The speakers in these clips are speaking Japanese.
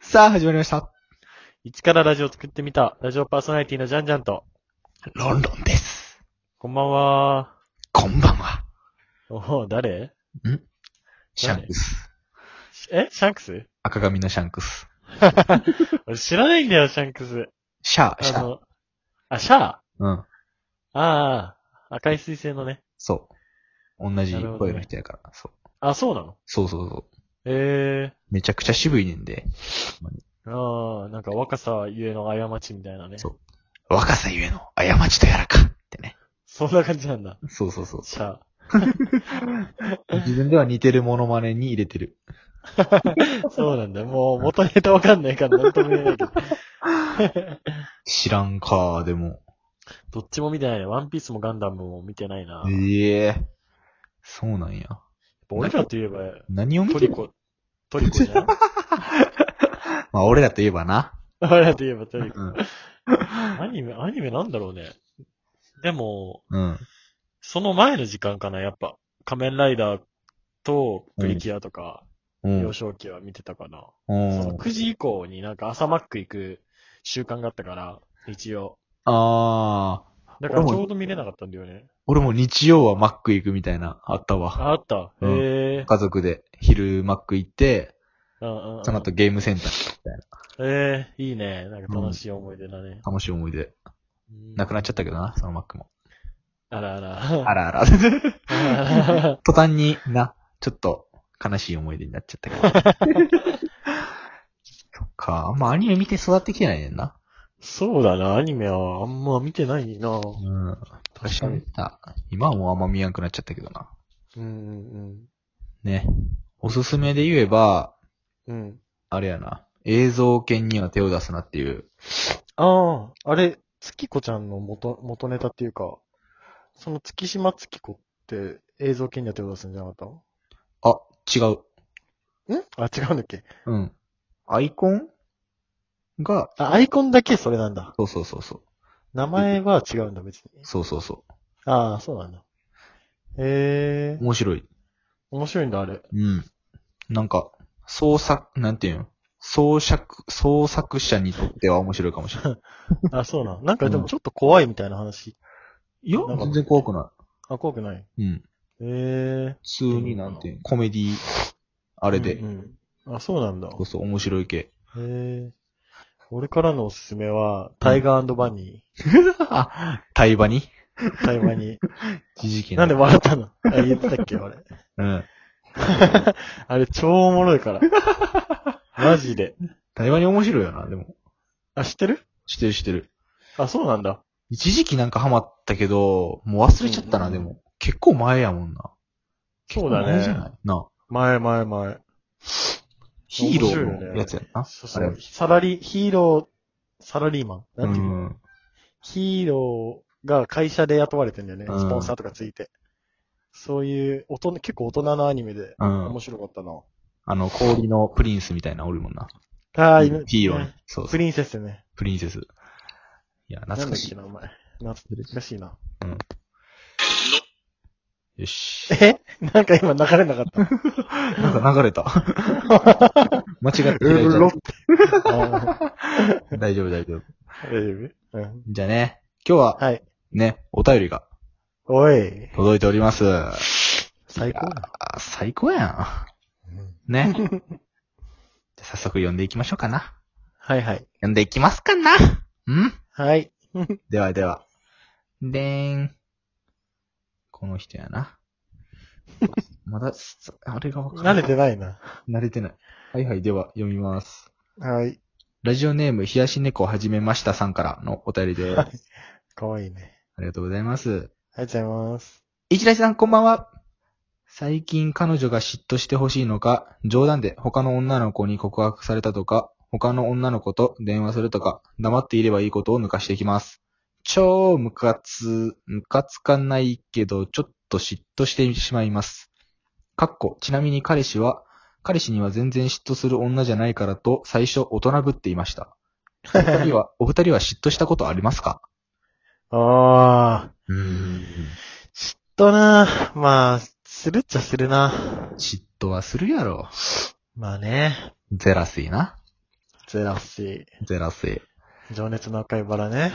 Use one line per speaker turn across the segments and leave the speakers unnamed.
さあ、始まりました。
一からラジオを作ってみた、ラジオパーソナリティのジャンジャンと、
ロンロンです。
こんばんは。
こんばんは。
おお、誰
シャンクス。
えシャンクス
赤髪のシャンクス。
俺知らないんだよ、シャンクス。
シャー、シャ
あ
ー。
の、あ、シャア
うん。
ああ、赤い彗星のね。
そう。同じ声の人やから。そう。
あ、そうなの
そうそうそう。
え
めちゃくちゃ渋いねんで。
えああ、なんか若さゆえの過ちみたいなね。
そう若さゆえの過ちとやらか。ってね。
そんな感じなんだ。
そうそうそう。
シャ
自分では似てるモノマネに入れてる。
ア。そうなんだ。もう元ネタわかんないからなんとも言えないけど。
知らんかー、でも。
どっちも見てないね。ワンピースもガンダムも見てないな。
ええそうなんや。
俺らといえば、
何を見
ト
て
リ
る
コ、トリコじゃん
まあ、俺らといえばな。
俺らといえばト
う
リコ。
ん。
アニメ、アニメなんだろうね。でも、
うん。
その前の時間かな、やっぱ。仮面ライダーとプリキュアとか、
うん
幼。少期は見てたかな。その
うん。
9時以降になんか朝マック行く習慣があったから、日曜。
あー。
だから
俺
ち
も
ょうど見れなかったんだよね。
俺も日曜はマック行くみたいな、あったわ。
あ、あった。
うん
へえ。
家族で昼マック行って、
うんうん
その後ゲームセンターみたい
ええ、いいね。なんか楽しい思い出だね。
な楽しい思い出。なくなっちゃったけどな、そのマックも。
た。あらあ
あ
ら。
らあ ら。途
あら
端にな、ちょっと悲しい思い出になっちゃったけど。 そっか、あんまアニメ見て育ってきてないねんな。
そうだな、アニメはあんま見てない
う
な。
ん。
確かに。
あ今はもうあんま見やんくなっちゃったけどな。
うんうん
ね。おすすめで言えば、
うん。うん。
あれやな。映像犬には手を出すなっていう。
ああ、あれ、月子ちゃんの元、元ネタっていうか、その月島月子って映像権利は手を出すんじゃなかっ
あ、違う。
たんあ、違うんだっけ
うん。アイコンが、
あ、アイコンだけそれなんだ。
そうそうそうそう。
名前は違うんだ、別に。
そうそうそ
ああ、そうなんだ。へえ
う。、面白い。
面白いんだ、あれ。
うん。なんか、創作、なんていうの創作、創作者にとっては面白いかもし れない。
あ、そ うなん。なんかで
う
も
ん
ちょっと怖いみたいな話。
いや
なん、か
全然怖くな
あ、怖くない。
い。うん。
へえ。
普通になんていうのコメディ、あ
あ
れで、
うんうん。あ、そうなんだ。
こそ面白い系。
へえ。俺からのおすすめは、タイガーバニ
対話に
ー、タイバニー。
一時期
なんで笑ったのあ言ってたっけ、俺。
うん。
あれ超おもろい から。マジで。
対話に面白いよな、でも。
あ、知ってる
してるしてる。
あ、そうなんだ。
一時期なんかハマったけど、もう忘れちゃったな、
うん
でも。結構前やもんな。
そうだ
前じゃ
ね
な。いな。
前前前。
ヒーローのやつやんな。
そうそう。サラリー、ヒーロー、サラリーマン。
う
なんていうの、
ん。
ヒーローが会社で雇われてんだよね。
うん
スポンサーとかついて。そういう、大人、結構大人のアニメで、
うん
面。白かったな。
あの、氷のプリンスみたいなおるもんな。
ああ、
ヒ
犬
ーローね
ね。
そうそ
プ
う。
リンセスね。
プリンセス。いや、懐かしい。
なんだっけな、お前。懐かしいな。
よし。
え なんか今流れなか った。
なんか流れ た。間違って
うろ
な
っ
い
て。 あー
大丈夫、大丈夫。
大丈夫うん。
じゃあね、今日は
はい。
ね、お便りが
おい。
届いております。
最高だ。
あ最高やん。 ね。じゃあ早速読んでいきましょうかな。
はいはい。
読んでいきますかな。うん
はい。
ではでは。でーん。この人やな。 まだ、あれがわかんな
慣
い
れてない な。
慣れてない。はいはい、では読みます。
はい。
ラジオネーム、冷やし猫はじめましたさんからのお便りで、
は
あ
い かわいいね。
りがとうございます。
ありがとうございます。
一大さん、こんばんは。最近彼女が嫉妬してほしいのか、冗談で他の女の子に告白されたとか、他の女の子と電話するとか、黙っていればいいことを抜かしてきます。超ムカつ、ムカつかないけど、ちょっと嫉妬してしまいます。かっこ、ちなみに彼氏は、彼氏には全然嫉妬する女じゃないからと、最初大人ぶっていました。お二人は、 お二人は嫉妬したことありますか
ああ、
うーん。
嫉妬な。まあ、するっちゃするな。
嫉妬はするやろ。
まあね。
ゼラスいな。
ゼラシ
ゼラシー。
ー。情熱の赤いバラね。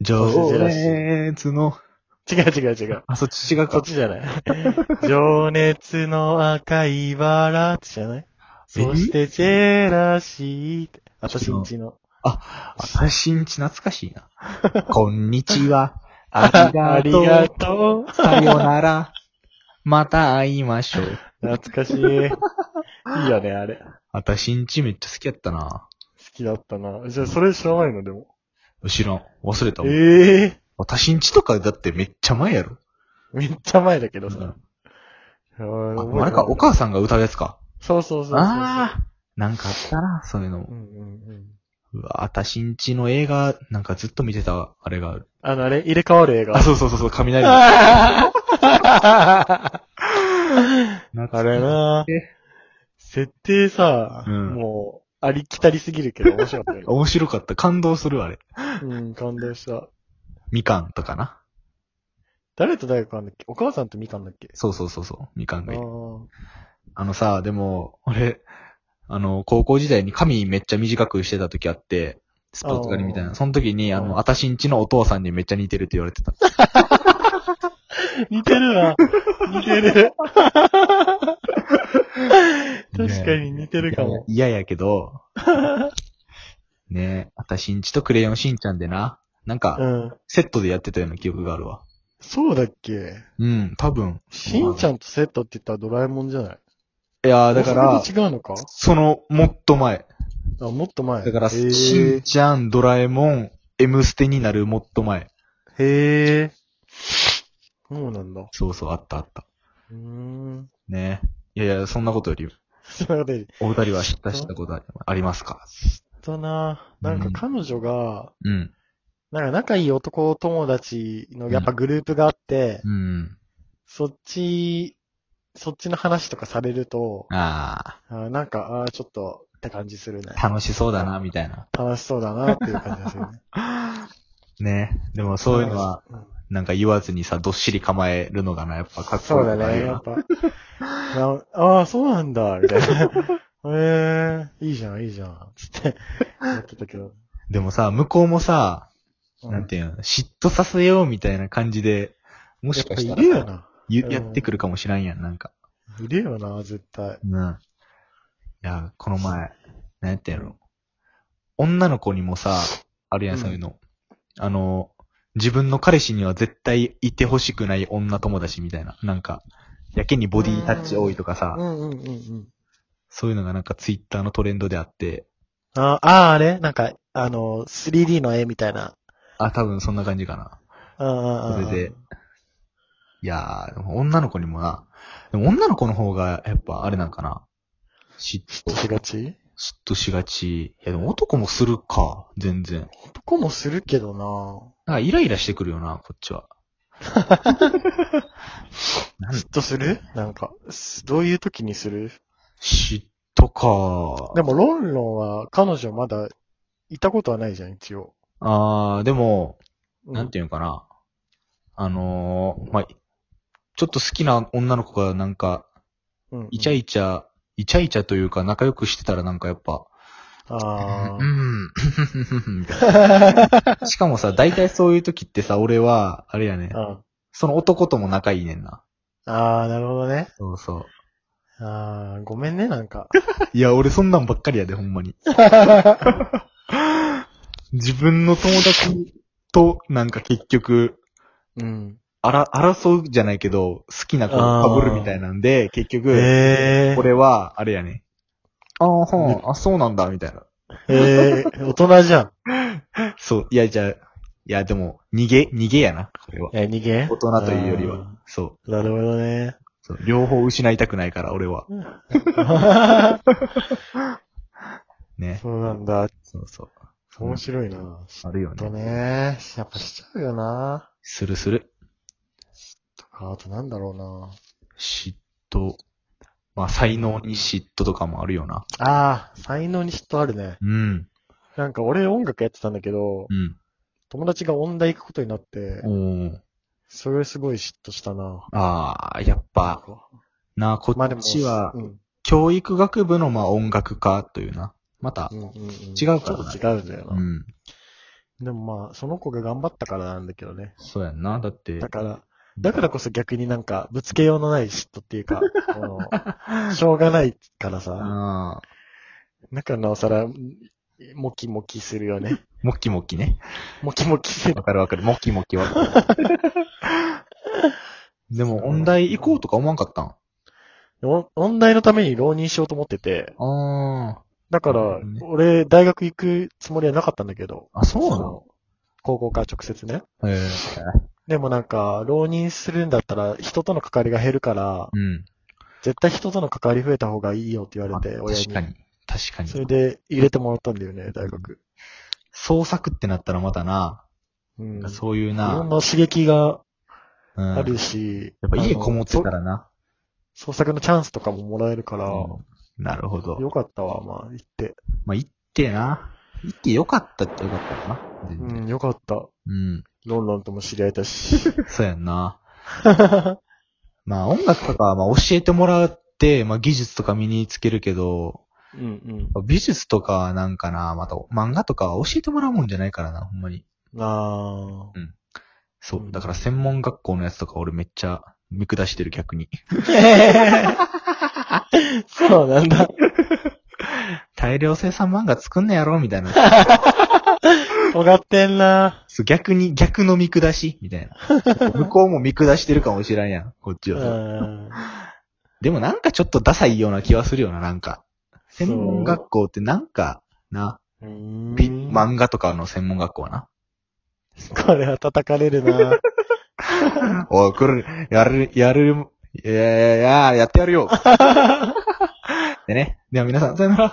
情熱の、
違う違う違う。
あ、そっち違う
そっ
か。
ちじゃ ない。情熱の赤いバラってじゃないそしてジェラシーって。私んちの。
私んち懐かしいな。 こんにち は。あり
あ
が
り
とう。
がとう。
さよなら。また会いましょう。
懐か しい。いいよね、あれ。好
私んちめっちゃ好きやったな。
きだったな。じゃあ、それ知らないの、でも。
後ろ、忘れたもん。
ええ
私んちとかだってめっちゃ前やろ。
めっちゃ前だけど
う
さ
ん。
あー
ああれか、お母さんが歌うやつか。
そうそうそうそうそう。
ああ、なんかあったな、そういうの
う
も。
んうんうん。
うわ、私んちの映画、なんかずっと見てた、あれがある。
あの、あれ入れ替わる映画。
あ、そうそうそうそう、雷。
あーあれな
え
設定さ、
うん
もう、ありきたりすぎるけど面白かったよ。
面白かった。感動するわ、あれ。
うん、感動した。
みかんとかな。
誰と誰かなんだっけお母さんとみかんだっけ
そうそうそうそう、みかん
あ
がいる。
ー
あのさ、でも、俺、あの、高校時代に髪めっちゃ短くしてた時あって、スポーツ狩りみたい
あー
な。その時に、あ
うん
の、あたしんちのお父さんにめっちゃ似てるって言われてた。
似てるわ。似てる。 確かに似てるかも。
いやいや。嫌やけ ど、ねえ、あたしんちとクレヨンしんちゃんでな、なん
う
か、
ん。
セットでやってたような記憶があるわ。
そうだっけ
うん、多分。
しんちゃんとセットって言ったらドラえもんじゃない
いやーだか
あ
ら
そ、れで違うのか
その、もっと前。
あ、もっと前。
だから、
へ
しん
ー
ちゃん、ドラえもん、M ステになるもっと前。
へーそうなんだ。う
そうそう、あったあった。
ーん。
ねえ。いやいや、そんなことより、
そうだね。
お二人は知った知ったことありますか
とな、なんか彼女が、
うん。
なんか仲いい男友達のやっぱグループがあって、
うん。
そっち、そっちの話とかされると、
あ
あーなんか、あーちょっとって感じするね。
あ、楽しそうだな、みたいな。
楽しそうだなっていう感じがするね。
ねえ。でも そういうのは、
うん
なんか言わずにさ、どっしり構えるのがな、やっぱかっこ
そ
いういよな。
だね、やっぱ。 なああ、そうなんだ、み たいな。ええいいじゃん、いいじゃん、つって、やってたけど。
でもさ、向こうもさ、
う
なんていうの、嫉妬させようみたいな感じで、もしかし
や
た
っぱいる
ら
よ
さ
な。
ゆ
うん
やってくるかもしらんやん、なんか。
いるよな、絶対。
うん。いや、この前、なんやったんやろ。女の子にもさ、あるやん、
うん
そういうの。あの、自分の彼氏には絶対いてほしくない女友達みたいな。なんか、やけにボディタッチ多いとかさ
う、んうんうんうん。
そういうのがなんかツイッターのトレンドであって、
ああー、あれなんか、あの、3D の絵みたいな。
あ、多分そんな感じかな。
ああ、ああ
それで。いやー、でも女の子にもな、でも女の子の方がやっぱあれなんかな。嫉妬、
しがち
嫉妬しがち。いや、でも男もするか、全然。
男もするけどな
なんかイライラしてくるよな、こっちは。なん
嫉妬するなんか、すどういう時にする
嫉妬か。
でも、ロンロンは彼女まだ、いたことはないじゃん、一応。
あー、でも、
う
なんていうのかな。あのー、まあ、ちょっと好きな女の子がなんか、
うんうん
イチャイチャ、イチャイチャというか仲良くしてたらなんかやっぱ、
あ
う
あ。
ん、みたいな しかもさ、大体そういう時ってさ、俺は、あれやね、
あ
その男とも仲いいねんな。
あー、なるほどね。
そうそう。
ああ、ごめんね、な んか。
いや、俺そんなんばっかりやで、ほんまに。自分の友達と、なんか結局、
うん。
あら、争うじゃないけど、好きな子を被るみたいなんで、結局、
ええー。
俺は、あれやね。ああ、はあ、あ、そうなんだ、みたいな。
ええー、大人じゃん。
そう、いや、じゃあ、いや、でも、逃げ、逃げやな、これは。
え、逃げ
大人というよりは。。そう
あーなるほ どね。
そう。両方失いたくないから、俺は。ね。
そうなんだ。
そうそう。
面白いな。
あるよ
と
ね。
ね、やっぱしちゃうよな。
するする。
とか、あとなんだろう
嫉妬。まあ、才能に嫉妬とかもあるよな。
な。ああ、才能に嫉妬あるね。
うん。
なんか俺音楽やってたんだけど、
うん。
友達が音大行くことになって、
おー。
それすごい嫉妬したな。
ああ、やっぱ、なあ、こ
まあで
っ
も、
ちは
う、ん
教育学部のまあ音楽科というな。また、
んうんうん、
違うからな
ちょっと違うんだよな。
うん。
でもまあ、その子が頑張ったからなんだけどね。
そうやんな。だって
だ、から、だからこそ逆になんか、ぶつけようのない嫉妬ってい うか、このしょうがないからさ、
ああ、
だからなおさら、もきもきするよね。
もっきもっきね。
もきもきする
わ。かるわかる。もっきもっき わかる。でも、音大行こうとか思わんかったん
お音大のために浪人しようと思ってて、
あ
だか
なる
ら
ほどね、
俺、大学行くつもりはなかったんだけど、
あ。あ、そうなの
の高校から直接ね。
へえ。
でもなんか、浪人するんだったら、人との関わりが減るから、
うん。
絶対人との関わり増えた方がいいよって言わ
あ
れて、
確
親に。
かに。確かに。
それで、入れてもらったんだよね、大学。
創作ってなったらまたな、
うん。い
そういう
ろん
な、
な刺激が
うん、
あるし、
やっぱ家こもってた
あの
らな。
そ創作のチャンスとかももらえるから、
うんなるほど。
よかったわ、まあ、行って。
まあ、行ってな。行ってよかったってよかったかな。全
う
然
ん、よかった。
うん。
ロンロンとも知り合えた し。
そうやんな。まあ、音楽とかはまあ教えてもらって、まあ技術とか身につけるけど、
うんうん。
美術とかなんかな、また漫画とかは教えてもらうもんじゃないからな、ほんまに。
あ
そうう。
ん
だから専門学校のやつとか俺めっちゃ見下してる逆に。
ー。そうなんだ。
大量生産漫画作んねやろみたいな。
尖ってんな。
そう逆に、逆の見下しみたいな。向こうも見下してるかもしらんやん、こっち
う
は。
ん。
でもなんかちょっとダサいような気はするよな、なんか。専門学校ってなんか、な、
う
び
ん
漫画とかの専門学校はな。
これは叩かれる な。
おい、来る、やる、やる、いやいやいや、やってやるよ。でね。では皆さん、さよなら。